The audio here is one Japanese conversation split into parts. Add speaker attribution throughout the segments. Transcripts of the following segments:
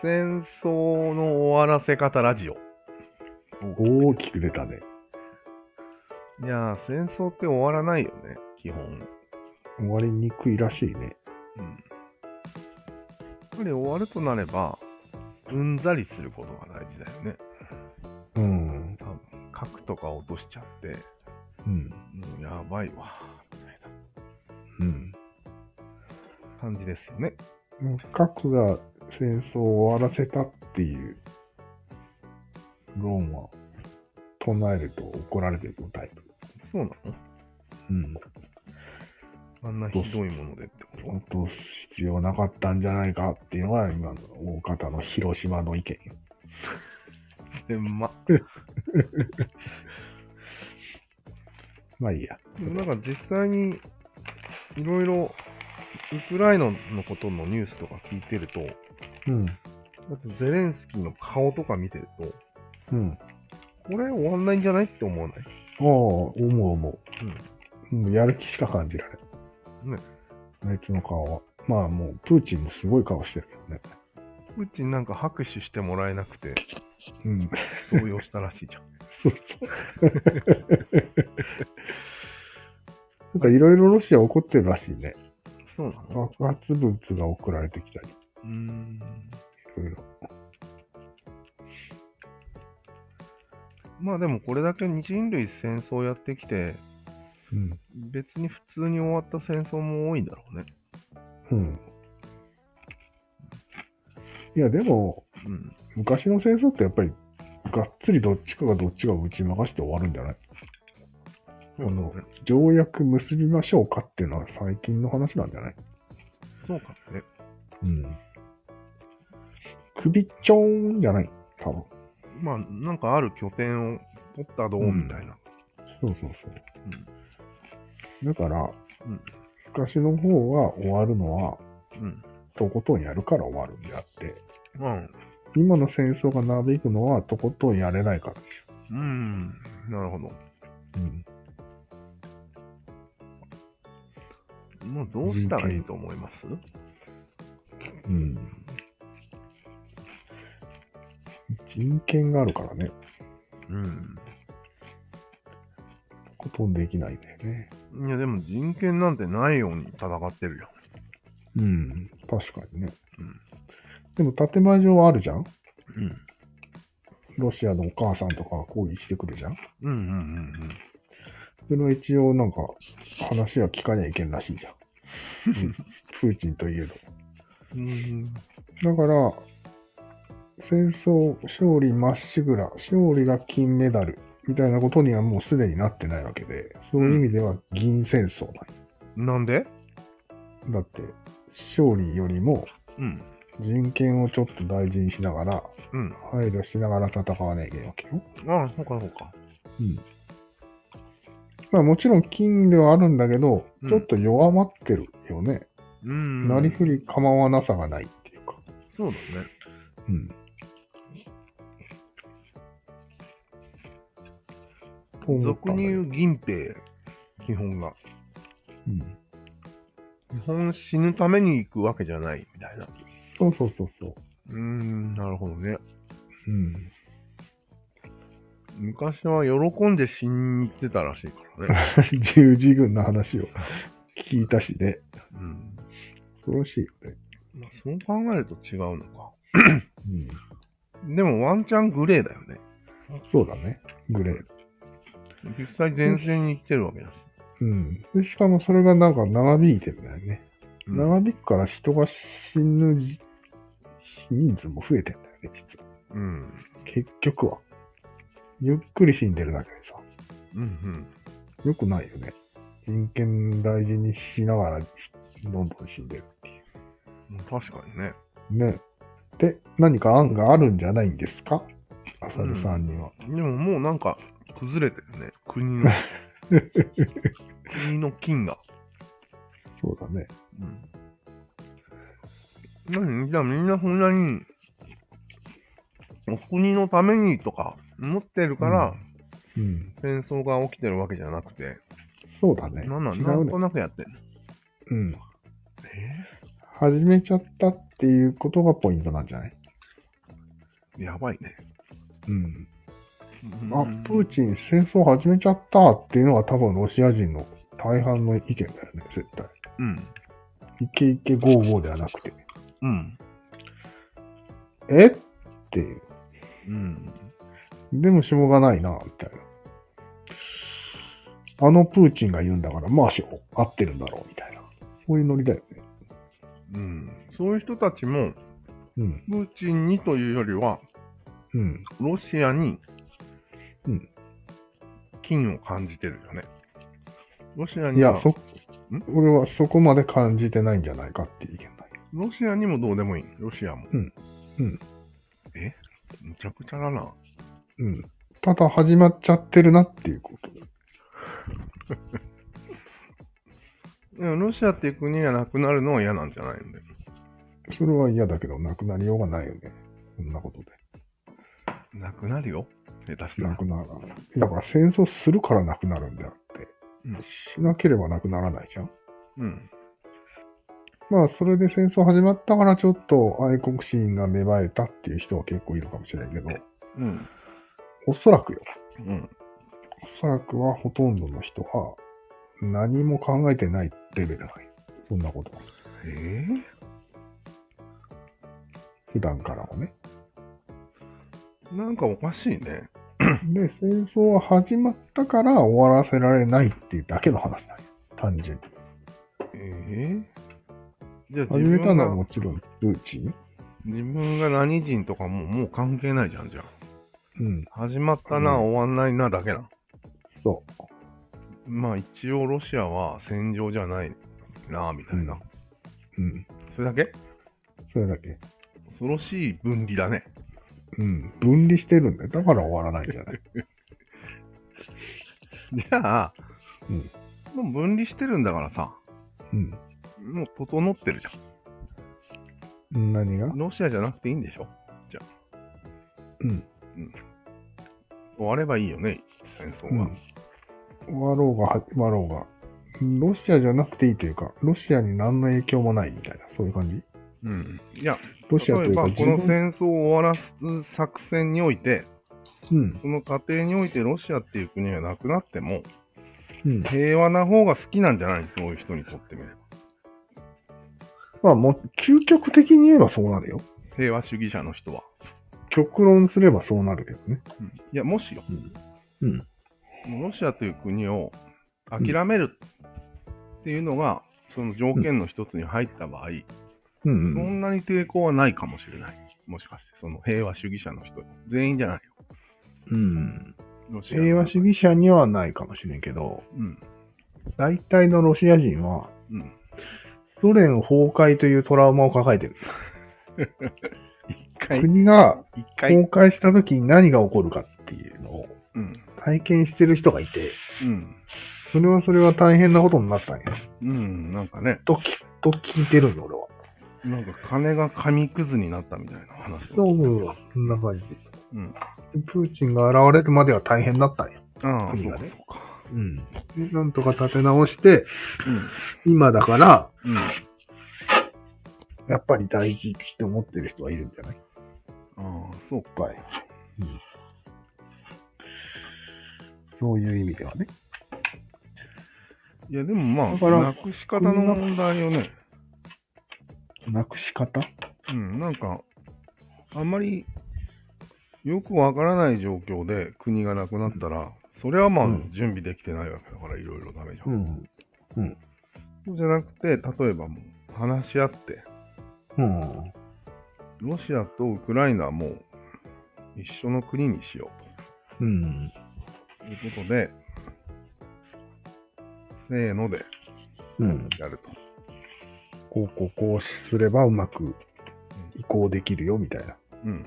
Speaker 1: 戦争の終わらせ方ラジオ。
Speaker 2: 大きく出たね。
Speaker 1: いやー、戦争って終わらないよね、基本。
Speaker 2: 終わりにくいらしいね。
Speaker 1: うん。やっぱり終わるとなれば、うんざりすることが大事だよね。
Speaker 2: うん。
Speaker 1: 多分核とか落としちゃって、
Speaker 2: う
Speaker 1: も
Speaker 2: ん。
Speaker 1: うやばいわ、みたい
Speaker 2: うん。
Speaker 1: な感じですよね。
Speaker 2: 核が戦争を終わらせたっていう論は唱えると怒られてるタイプ。
Speaker 1: そうなの
Speaker 2: うん。
Speaker 1: あんなひどいものでってこと
Speaker 2: 落とす必要なかったんじゃないかっていうのが今の大方の広島の意見。
Speaker 1: で、ま、
Speaker 2: まあいいや。
Speaker 1: でもなんか実際に、いろいろ、ウクライナのことのニュースとか聞いてると、
Speaker 2: うん。
Speaker 1: だってゼレンスキーの顔とか見てると、
Speaker 2: うん。
Speaker 1: これ終わんないんじゃないって思わない
Speaker 2: ああ、思う思う。うん、やる気しか感じられ
Speaker 1: うん。ね。
Speaker 2: ない。あいつの顔は。まあもう、プーチンもすごい顔してるけどね。
Speaker 1: プーチンなんか拍手してもらえなくて、
Speaker 2: うん。
Speaker 1: 動揺したらしいじゃん。
Speaker 2: そうそう。なんかいろいろロシア怒ってるらしいね。
Speaker 1: そうなの
Speaker 2: 爆発物が送られてきたり、いう
Speaker 1: ーん。
Speaker 2: ろいろ。
Speaker 1: まあでもこれだけ人類戦争やってきて、
Speaker 2: うん。
Speaker 1: 別に普通に終わった戦争も多いんだろうね。
Speaker 2: うん。いや、でも、
Speaker 1: うん。
Speaker 2: 昔の戦争ってやっぱり、がっつりどっちかがどっちが打ち負かして終わるんじゃないあの
Speaker 1: そうだね、
Speaker 2: 条約結びましょうかっていうのは最近の話なんじゃない
Speaker 1: そうかもね。
Speaker 2: うん。首ちょーんじゃない多分。
Speaker 1: まあなんかある拠点を取ったどうみたいな。
Speaker 2: そうそうそう。だから、
Speaker 1: うん
Speaker 2: 昔の方は終わるのは、
Speaker 1: うん。
Speaker 2: とことんやるから終わるんであって、
Speaker 1: うん。
Speaker 2: 今の戦争が長引くのは、とことんやれないから。
Speaker 1: うん。なるほど。
Speaker 2: うん。
Speaker 1: もうどうしたらいいと思います
Speaker 2: うん。人権があるからね、
Speaker 1: うん。
Speaker 2: とことんできないんだよね。
Speaker 1: いやでも人権なんてないように戦ってるよ。
Speaker 2: うん。確かにね。
Speaker 1: うん
Speaker 2: でも建前上はあるじゃん
Speaker 1: うん。
Speaker 2: ロシアのお母さんとかが抗議してくるじゃん
Speaker 1: うんうんうん
Speaker 2: それは一応なんか話は聞かにゃいけんらしいじゃん。うんプーチンといえど。
Speaker 1: うん。うん。
Speaker 2: だから、戦争勝利まっしぐら、勝利が金メダルみたいなことにはもうすでになってないわけで、そういう意味では銀戦争
Speaker 1: なんで
Speaker 2: なんだって、勝利よりも
Speaker 1: うん。
Speaker 2: 人権をちょっと大事にしながら、
Speaker 1: うん。
Speaker 2: 配慮しながら戦わなきゃいけないわけよ。
Speaker 1: ああ、そうかそうか。
Speaker 2: うん。まあもちろん金ではあるんだけど、
Speaker 1: うん
Speaker 2: ちょっと弱まってるよね。
Speaker 1: うん。
Speaker 2: なりふり構わなさがないっていうか。
Speaker 1: そうだね。
Speaker 2: うん。と思った
Speaker 1: 俗
Speaker 2: んだ
Speaker 1: に言
Speaker 2: よ
Speaker 1: う銀兵。基本が。
Speaker 2: うん。
Speaker 1: 基本死ぬために行くわけじゃないみたいな。
Speaker 2: そうそうそうそう。
Speaker 1: うーん、なるほどね。
Speaker 2: うん。
Speaker 1: 昔は喜んで死に行ってたらしいから ね。
Speaker 2: 十字軍の話を聞いたしね。
Speaker 1: うん。
Speaker 2: 恐ろしいよね。
Speaker 1: まあ、そう考えると違うのか。
Speaker 2: うん。
Speaker 1: でもワンチャングレーだよね。
Speaker 2: そうだね。グレー。
Speaker 1: 実際前線に行ってるわけだし。
Speaker 2: うん。で、しかもそれがなんか長引いてるんだよね。
Speaker 1: うん
Speaker 2: 長引くから人が死ぬじ人数も増えてんだよね、実は。
Speaker 1: うん。
Speaker 2: 結局は。ゆっくり死んでるだけでさ。
Speaker 1: うんうん。
Speaker 2: よくないよね。人権大事にしながら、どんどん死んでるってい
Speaker 1: まあ確かにね。
Speaker 2: う。ね。で、何か案があるんじゃないんですか浅田さんには。
Speaker 1: でももうなんか崩れてるね。国 の。国の金が。
Speaker 2: そうだね。
Speaker 1: うん。何じゃあみんなそんなに、お国のためにとか思ってるから、
Speaker 2: うん。
Speaker 1: 戦争が起きてるわけじゃなくて、
Speaker 2: そうだね。
Speaker 1: なんなん、
Speaker 2: 違
Speaker 1: な
Speaker 2: うんね
Speaker 1: と。なくやってんの。
Speaker 2: うん。
Speaker 1: え
Speaker 2: 始めちゃったっていうことがポイントなんじゃない
Speaker 1: やばいね。
Speaker 2: うん。
Speaker 1: うん
Speaker 2: あ、プーチン戦争始めちゃったっていうのが多分ロシア人の大半の意見だよね、絶対。
Speaker 1: うん。
Speaker 2: イケイケゴーゴーではなくて。
Speaker 1: うん。
Speaker 2: えっていう。
Speaker 1: うん。
Speaker 2: でもしょうがないな、みたいな。あのプーチンが言うんだから、まあしょ合ってるんだろう、みたいな。そういうノリだよね。
Speaker 1: うん。そういう人たちも、
Speaker 2: うん、
Speaker 1: プーチンにというよりは、
Speaker 2: うん。
Speaker 1: ロシアに
Speaker 2: うん、
Speaker 1: 金を感じてるよね。ロシア
Speaker 2: い
Speaker 1: に
Speaker 2: や
Speaker 1: は、、
Speaker 2: そ、俺はそこまで感じてないんじゃないかっていう意見だよ。
Speaker 1: ロシアにもどうでもいい。ロシアも。
Speaker 2: うんうん
Speaker 1: えむちゃくちゃだな。
Speaker 2: うん。ただ始まっちゃってるなっていうこと。
Speaker 1: でもロシアっていう国がなくなるのは嫌なんじゃないんだよ。
Speaker 2: それは嫌だけど、なくなりようがないよね。こんなことで。
Speaker 1: なくなるよ。下手した
Speaker 2: な
Speaker 1: ら。
Speaker 2: くならない。だから戦争するからなくなるんであって、
Speaker 1: うん
Speaker 2: しなければなくならないじゃん。
Speaker 1: うん。
Speaker 2: まあ、それで戦争始まったからちょっと愛国心が芽生えたっていう人は結構いるかもしれないけど、
Speaker 1: うん。
Speaker 2: おそらくよ。
Speaker 1: うん。
Speaker 2: おそらくはほとんどの人は何も考えてないレベルない。そんなこと。
Speaker 1: え
Speaker 2: 普段からはね。
Speaker 1: ー、なんかおかしいね。
Speaker 2: で、戦争は始まったから終わらせられないっていうだけの話なんよ単純に。
Speaker 1: えー、じゃあ
Speaker 2: 始
Speaker 1: 自
Speaker 2: めた
Speaker 1: 分
Speaker 2: のは
Speaker 1: が
Speaker 2: もちろんプーチン。
Speaker 1: 自分が何人とかももう関係ないじゃんじゃん。
Speaker 2: うん、
Speaker 1: 始まったな、
Speaker 2: うん
Speaker 1: 終わんないなだけな。
Speaker 2: そ
Speaker 1: まあ一応ロシアは戦場じゃないな、みたいな。
Speaker 2: うんう。うん。
Speaker 1: それだけ
Speaker 2: それだけ。
Speaker 1: 恐ろしい分離だね。
Speaker 2: うん、分離してるんだよ。だから終わらないんじ ゃない
Speaker 1: じゃあ、
Speaker 2: うん
Speaker 1: もう分離してるんだからさ、
Speaker 2: うん。
Speaker 1: もう整ってるじ
Speaker 2: 何
Speaker 1: ゃ
Speaker 2: が
Speaker 1: ん。ロシアじゃなくていいんでしょ
Speaker 2: うん、
Speaker 1: 終わればいいよね、戦争
Speaker 2: う
Speaker 1: は。
Speaker 2: ん。終わろうが始まろうが。ロシアじゃなくていいというか、ロシアに何の影響もないみたいな、そういう感じ
Speaker 1: うん。いや、
Speaker 2: ロシアと
Speaker 1: 例
Speaker 2: い
Speaker 1: え
Speaker 2: うか、
Speaker 1: ばこの
Speaker 2: 自分
Speaker 1: 戦争を終わらす作戦において、
Speaker 2: うん、
Speaker 1: その過程においてロシアっていう国がなくなっても、
Speaker 2: うん。
Speaker 1: 平和な方が好きなんじゃないそういう人にとってみれば。
Speaker 2: まあ、もう、究極的に言えばそうなるよ。
Speaker 1: 平和主義者の人は。
Speaker 2: 極論すればそうなるけどね。
Speaker 1: うんいや、もしよ、
Speaker 2: うん。
Speaker 1: もうロシアという国を諦めるっていうのが、その条件の一つに入った場合、
Speaker 2: う
Speaker 1: そ
Speaker 2: ん、うん。
Speaker 1: んなに抵抗はないかもしれない。もしかして、その平和主義者の人、全員じゃないよ。
Speaker 2: うん。
Speaker 1: ロシアの
Speaker 2: 平和主義者にはないかもしれんけど、
Speaker 1: うん。
Speaker 2: 大体のロシア人は、
Speaker 1: うん。
Speaker 2: ソ連崩壊というトラウマを抱えてる。
Speaker 1: 一回、
Speaker 2: 国が
Speaker 1: 一回。
Speaker 2: 崩壊した時に何が起こるかっていうのを
Speaker 1: うん。
Speaker 2: 体験してる人がいて、
Speaker 1: うん。
Speaker 2: それはそれは大変なことになったんや。
Speaker 1: うん。なんかね、
Speaker 2: ときっと聞いてるんよ、俺は。
Speaker 1: なんか金が紙くずになったみたいな話を。
Speaker 2: そうそう、そんな感じ。
Speaker 1: うん。
Speaker 2: プーチンが現れるまでは大変だったんや。
Speaker 1: ああ、そ
Speaker 2: 国
Speaker 1: う
Speaker 2: が
Speaker 1: か、
Speaker 2: ね
Speaker 1: そうか。
Speaker 2: うん。でなんとか立て直して、
Speaker 1: うん。
Speaker 2: 今だから、
Speaker 1: うん。
Speaker 2: やっぱり大事って思ってる人はいるんじゃない
Speaker 1: ああ、そうか。
Speaker 2: はい。うん。そういう意味ではね。
Speaker 1: いや、でもまあ、
Speaker 2: だから
Speaker 1: なくし方の問題よね。
Speaker 2: なくし方
Speaker 1: うん、なんか、あんまりよくわからない状況で国がなくなったら、それはまあ、
Speaker 2: うん
Speaker 1: 準備できてないわけだから、いろいろダメじゃん。
Speaker 2: ん。
Speaker 1: そうじゃなくて、例えばもう、話し合って、
Speaker 2: うん。
Speaker 1: ロシアとウクライナはもう、一緒の国にしよ
Speaker 2: うん。
Speaker 1: うということで、せーので
Speaker 2: うん。
Speaker 1: やると。
Speaker 2: こうこうこうすればうまく移行できるよみたいな。
Speaker 1: うん。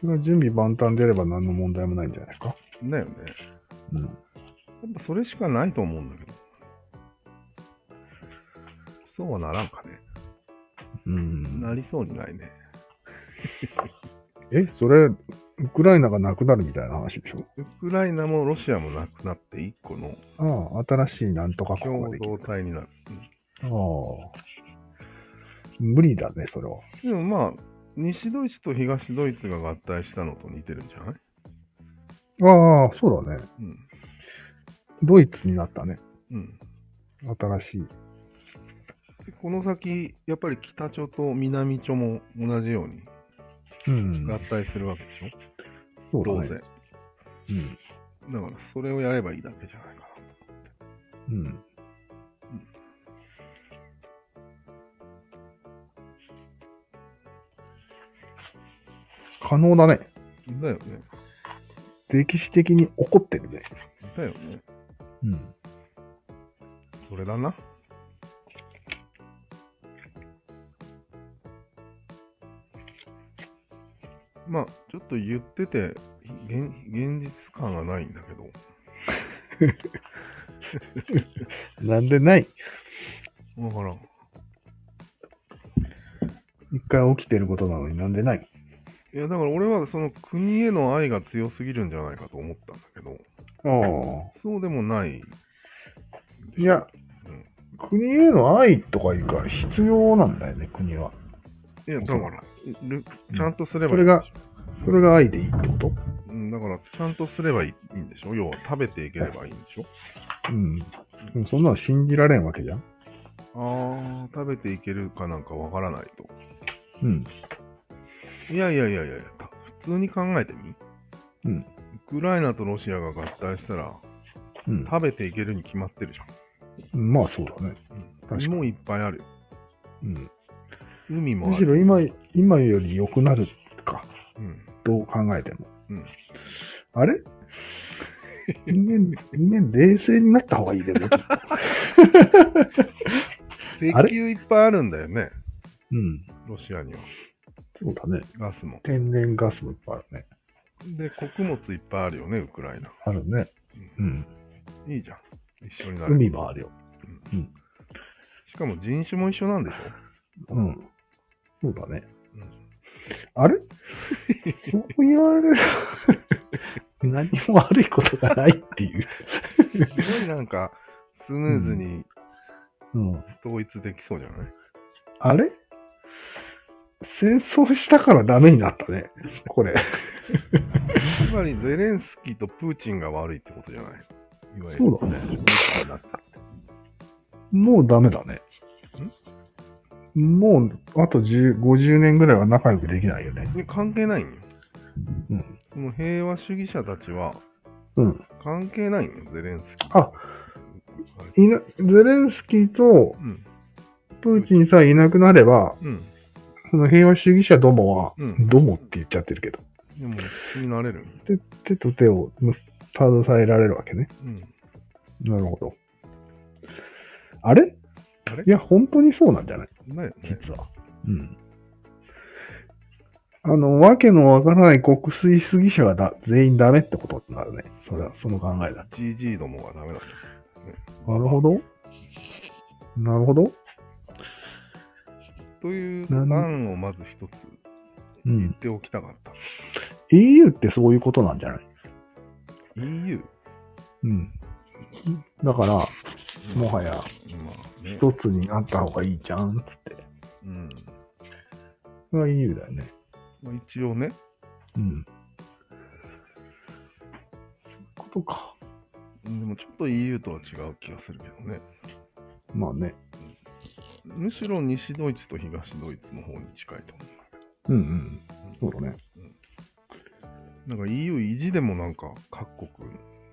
Speaker 2: それは準備万端であれば何の問題もないんじゃないですか。
Speaker 1: だよね。
Speaker 2: うん。
Speaker 1: やっぱそれしかないと思うんだけど。そうはならんかね。
Speaker 2: うん、
Speaker 1: なりそうにないね。
Speaker 2: え、それ、ウクライナがなくなるみたいな話でしょ
Speaker 1: ウクライナもロシアもなくなって一個の
Speaker 2: ああ、新しいなんとか国が
Speaker 1: 共
Speaker 2: できる
Speaker 1: 同。体になる。
Speaker 2: ああ。無理だね、それは。
Speaker 1: うんでもまあ、西ドイツと東ドイツが合体したのと似てるんじゃない
Speaker 2: ああ、そうだね。
Speaker 1: うん。
Speaker 2: ドイツになったね。
Speaker 1: うん。
Speaker 2: 新しい。
Speaker 1: でこの先、やっぱり北朝と南朝も同じように
Speaker 2: うん
Speaker 1: 合体するわけでしょ、
Speaker 2: そう
Speaker 1: 当
Speaker 2: だね。
Speaker 1: 然。
Speaker 2: うん。
Speaker 1: だから、それをやればいいだけじゃないかな。
Speaker 2: うん。可能だね。
Speaker 1: だよね。
Speaker 2: 歴史的に起こってるね。
Speaker 1: だよね。
Speaker 2: うん。
Speaker 1: それだな。まあ、ちょっと言ってて、現現実感がないんだけど、
Speaker 2: なんでない
Speaker 1: わからん。
Speaker 2: 一回起きてることなのになんでない
Speaker 1: いや、だから俺はその国への愛が強すぎるんじゃないかと思ったんだけど、
Speaker 2: ああ。
Speaker 1: そうでもない。
Speaker 2: いや、国への愛とかいうか、必要なんだよね、国は。
Speaker 1: いや、だから、る
Speaker 2: うん
Speaker 1: ちゃんとすれば
Speaker 2: それがそれが愛でいいってこと
Speaker 1: うん、だから、ちゃんとすればいいんでしょ要は食べていければいいんでしょ
Speaker 2: うん。でもそんなの信じられんわけじゃん。
Speaker 1: ああ、食べていけるかなんかわからないと。
Speaker 2: うん。
Speaker 1: いやいやいやいやいや、た普通に考えてみ。
Speaker 2: うん。
Speaker 1: ウクライナとロシアが合体したら、
Speaker 2: うん。
Speaker 1: 食べていけるに決まってるじ
Speaker 2: まあそうだね。
Speaker 1: ゃん。
Speaker 2: かに
Speaker 1: 海もいっぱいあるよ。
Speaker 2: うん。
Speaker 1: 海も
Speaker 2: む
Speaker 1: あ
Speaker 2: し
Speaker 1: る。
Speaker 2: ろ今、今より良くなるか。
Speaker 1: うん。
Speaker 2: どう考えても。
Speaker 1: うん。
Speaker 2: あれ人間、人間冷静になった方がいいでも。
Speaker 1: 石
Speaker 2: あ
Speaker 1: 油
Speaker 2: れ
Speaker 1: いっぱいあるんだよね。
Speaker 2: うん。
Speaker 1: ロシアには。
Speaker 2: そうだね。
Speaker 1: ガスも。
Speaker 2: 天然ガスもいっぱいあるね。
Speaker 1: で、穀物いっぱいあるよね、ウクライナ。
Speaker 2: あるね。うん。
Speaker 1: いいじゃん。一緒になる。
Speaker 2: 海もあるよ。
Speaker 1: しかも人種も一緒なんで しょ
Speaker 2: うん。そうだね
Speaker 1: うん。
Speaker 2: あれそう言われる。何も悪いことがないっていう。
Speaker 1: すごいなんか、スムーズに
Speaker 2: うん。
Speaker 1: 統一できそうじゃない、
Speaker 2: あれ戦争したからダメになったね。これ。
Speaker 1: つまりゼレンスキーとプーチンが悪いってことじゃないいわゆる。
Speaker 2: そうだね。
Speaker 1: になっちゃって
Speaker 2: もうダメだね。もう、あと10 50年ぐらいは仲良くできないよね。
Speaker 1: いや関係ないんよ。
Speaker 2: うん。
Speaker 1: その平和主義者たちは
Speaker 2: うん。
Speaker 1: 関係ないんよ、ゼレンスキー。
Speaker 2: あいな、ゼレンスキーと
Speaker 1: うん。
Speaker 2: プーチンさえいなくなれば、
Speaker 1: うん。
Speaker 2: その平和主義者どもは、
Speaker 1: うん
Speaker 2: どもって言っちゃってるけど、
Speaker 1: でも、気になれるんよ。
Speaker 2: 手と手をむ携えられるわけね。
Speaker 1: うん。
Speaker 2: なるほど。あれ
Speaker 1: あれ
Speaker 2: いや、本当にそうなんじゃない
Speaker 1: だよね。
Speaker 2: 実は。うん。あの、わけのわからない国粋主義者はだ全員ダメってことになるね。それは、その考えだ。
Speaker 1: GG どもがダメだ。
Speaker 2: なるほど。なるほど。
Speaker 1: という
Speaker 2: なん
Speaker 1: 案をまず一つ
Speaker 2: う
Speaker 1: 言
Speaker 2: ん
Speaker 1: っ。ておきたかった。
Speaker 2: EU ってそういうことなんじゃない
Speaker 1: EU?
Speaker 2: うん。だから、もはや
Speaker 1: まあね。
Speaker 2: 一つになった方がいいじゃん、つって。
Speaker 1: うん。
Speaker 2: それは EU だよね。
Speaker 1: まあ、一応ね。
Speaker 2: うん。そういうことか。
Speaker 1: うんでもちょっと EU とは違う気がするけどね。
Speaker 2: まあね。
Speaker 1: むしろ西ドイツと東ドイツの方に近いと思
Speaker 2: うんうん。そうう。だね。
Speaker 1: なんか EU 維持でもなんか各国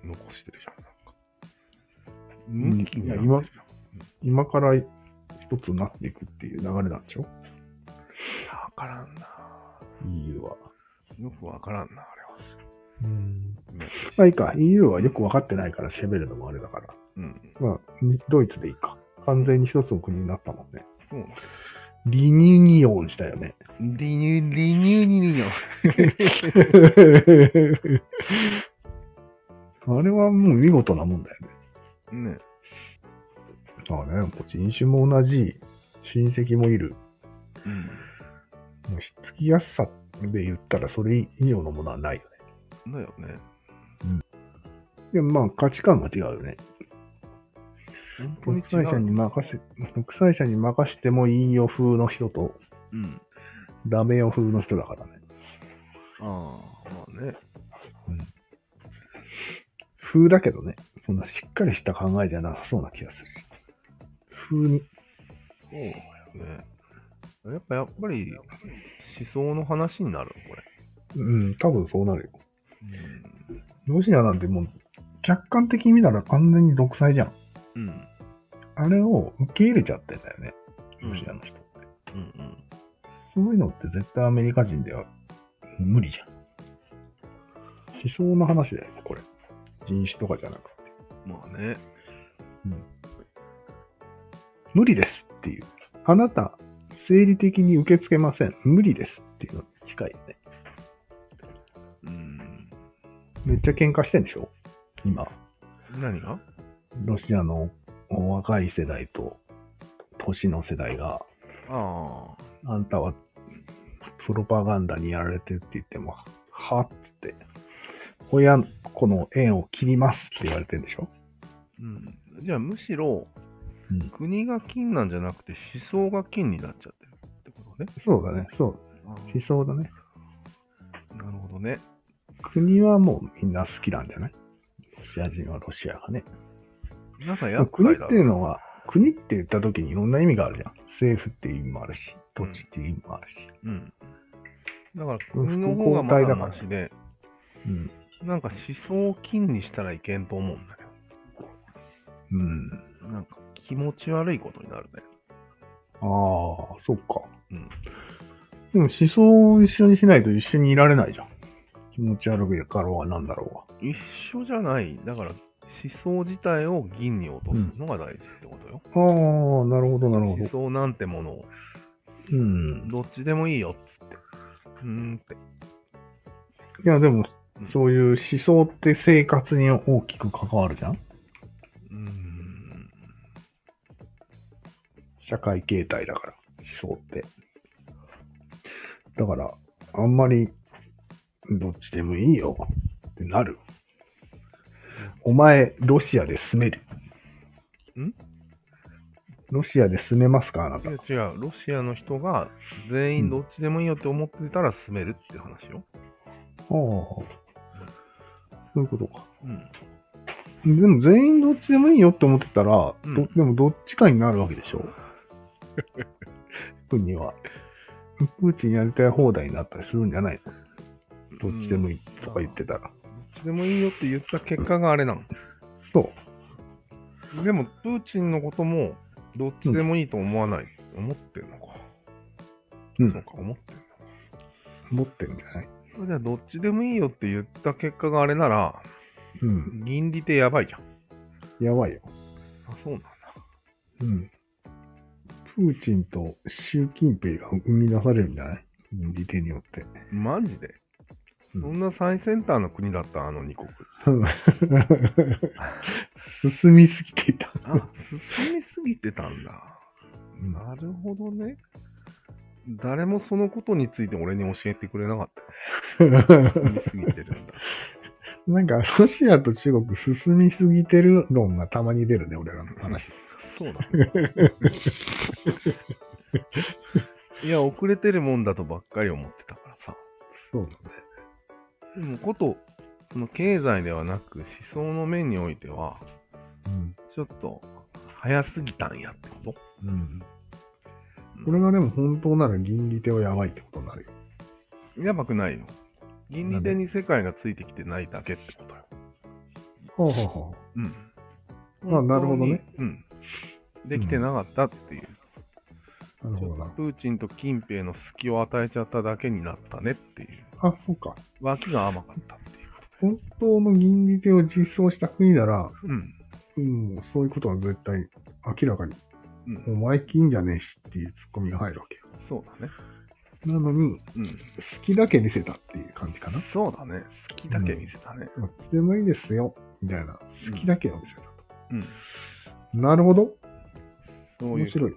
Speaker 1: 残してるじゃん。なんか。向きになってる
Speaker 2: いや今今から一つになっていくっていう流れなんでし
Speaker 1: じ
Speaker 2: ょ
Speaker 1: ゃん。わからんな。
Speaker 2: ?EU は。
Speaker 1: よくわからんな、あ
Speaker 2: うん。
Speaker 1: れは。
Speaker 2: まあいいか。EU はよく分かってないから喋るのもあれだから。
Speaker 1: うん。
Speaker 2: まあ、にドイツでいいか。完全に一つの国になったもんね。
Speaker 1: そうな
Speaker 2: リニューニオンしたよね。
Speaker 1: の。リニュー、リニューニニよ。
Speaker 2: あれはもう見事なもんだよね。
Speaker 1: ね。
Speaker 2: まあね、もう人種も同じ、親戚もいる。
Speaker 1: うん。
Speaker 2: もうひっつきやすさで言ったらそれ以上のものはないよね。
Speaker 1: だよね。
Speaker 2: でもまあ価値観が違うよね。
Speaker 1: 本当に
Speaker 2: 独
Speaker 1: 違
Speaker 2: 裁者
Speaker 1: う。
Speaker 2: に任せ、独裁者に任せてもいいよ風の人と、
Speaker 1: うん。
Speaker 2: ダメよ風の人だからね。
Speaker 1: ああ、まあね。
Speaker 2: 風だけどね、そんなしっかりした考えじゃなさそうな気がするし。
Speaker 1: そうだよね。やっぱ、やっぱり、思想の話になるのこれ。
Speaker 2: 風に、うん、多分そうなるよ。ロシアなんてもう、客観的に見たら完全に独裁じゃん。
Speaker 1: うん。うん。
Speaker 2: あれを受け入れちゃってんだよね、
Speaker 1: うん
Speaker 2: ロシアの人って。
Speaker 1: うん
Speaker 2: そういうのって絶対アメリカ人では無理じゃん。思想の話だよね、これ。人種とかじゃなくて。
Speaker 1: うん。まあね。
Speaker 2: 無理ですっていう。あなた、生理的に受け付けません。無理ですっていうのに近いよね。
Speaker 1: うん。
Speaker 2: めっちゃ喧嘩してんでしょ今。
Speaker 1: 何が
Speaker 2: ロシアのお若い世代と、年の世代が、
Speaker 1: ああ。
Speaker 2: あんたはプロパガンダにやられてるって言っても、はっつって、親子の縁を切りますって言われてんでしょ
Speaker 1: うん。じゃあ、むしろ、
Speaker 2: うん
Speaker 1: 国が金なんじゃなくて思想が金になっちゃってるってことね。
Speaker 2: そうだね、そう。思想だね。
Speaker 1: なるほどね。
Speaker 2: 国はもうみんな好きなんじゃないロシア人はロシアがね。
Speaker 1: なんかやっ
Speaker 2: 国
Speaker 1: ぱ
Speaker 2: っ
Speaker 1: りだ
Speaker 2: ていうのは、国って言った時にいろんな意味があるじゃん。政府っていう意味もあるし、土地っていう意味もあるし。
Speaker 1: うん。だから国の方がまだマシで、
Speaker 2: うん。
Speaker 1: なんか思想を金にしたらいけんと思うんだけ
Speaker 2: うん。
Speaker 1: ど、なんか気持ち悪いことになるね。
Speaker 2: ああ、そっか。
Speaker 1: うん。
Speaker 2: でも思想を一緒にしないと一緒にいられないじゃん。気持ち悪くかろうがなんだろ
Speaker 1: 一緒じゃない。だから思想自体を銀に落とすのが大事ってことよ。
Speaker 2: うが。ああ、なるほど、なるほ
Speaker 1: 思
Speaker 2: ど。
Speaker 1: 想なんてものを、
Speaker 2: うん。
Speaker 1: どっちでもいいよっつって。うーんって。
Speaker 2: いや、でも
Speaker 1: うん、
Speaker 2: そういう思想って生活に大きく関わるじゃん
Speaker 1: うーん。
Speaker 2: 社会形態だから、思想って。だから、あんまり、どっちでもいいよってなる。お前、ロシアで住める。
Speaker 1: ん
Speaker 2: ロシアで住めますかあなた
Speaker 1: 違。う違う。ロシアの人が全員どっちでもいいよって思ってたら住めるっていう話よ。
Speaker 2: そういうことか。
Speaker 1: うん。
Speaker 2: でも全員どっちでもいいよって思ってたら、
Speaker 1: うん
Speaker 2: どでもどっちかになるわけでしょ国は。プーチンやりたい放題になったりするんじゃないのどっちでもいいとか言ってたら。
Speaker 1: どっちでもいいよって言った結果があれなの。
Speaker 2: そう。
Speaker 1: でも、プーチンのことも、どっちでもいいと思わない。思ってるのか。
Speaker 2: うん
Speaker 1: そうか、思ってる
Speaker 2: 持ってるんじゃない
Speaker 1: のか。じゃあ、どっちでもいいよって言った結果があれなら、
Speaker 2: うん。
Speaker 1: 銀利ってやばいじゃん。
Speaker 2: やばいよ。
Speaker 1: あ、そうなんだ。
Speaker 2: うん。プーチンと習近平が生み出されるんじゃない利手によ って。
Speaker 1: マジで、
Speaker 2: うん
Speaker 1: そんな最先端の国だった、あの2国。
Speaker 2: 進みすぎていた。
Speaker 1: あ、進みすぎてたんだ。
Speaker 2: うん
Speaker 1: なるほどね。誰もそのことについて俺に教えてくれなか った。進みすぎてる んだ。
Speaker 2: なんか、ロシアと中国進みすぎてる論がたまに出るね、俺らの話。
Speaker 1: そうだ。いや、遅れてるもんだとばっかり思ってたからさ。
Speaker 2: そうだね。
Speaker 1: でも、こと、その経済ではなく思想の面においては、
Speaker 2: うん。
Speaker 1: ちょっと早すぎたんやってこと
Speaker 2: うん。これがでも本当なら銀利手はやばいってことになるよ。
Speaker 1: やばくないよ。銀利手に世界がついてきてないだけってことよ。
Speaker 2: ほうほうほ
Speaker 1: うん。
Speaker 2: まあなるほ
Speaker 1: 本当
Speaker 2: どね
Speaker 1: に。うん。できてなかったっていう。
Speaker 2: う。なる
Speaker 1: ちょ
Speaker 2: ほ
Speaker 1: っと
Speaker 2: どな。
Speaker 1: プーチンと近平の隙を与えちゃっただけになったねっていう。
Speaker 2: あ、そうか。
Speaker 1: 脇が甘かったっていうこと
Speaker 2: 本当の銀利手を実装した国なら、
Speaker 1: で。うん。
Speaker 2: もうそういうことは絶対明らかに、
Speaker 1: うん
Speaker 2: お前金じゃねえしっていうツッコミが入るわけよ。
Speaker 1: そうだね。
Speaker 2: なのに、
Speaker 1: うん。
Speaker 2: 好きだけ見せたっていう感じかな。
Speaker 1: そうだね。好きだけ見せたね。
Speaker 2: どっちでもいいですよ、みたいな。好きだけを見せたと。
Speaker 1: うん。
Speaker 2: なるほど。
Speaker 1: そういう。
Speaker 2: 面白い。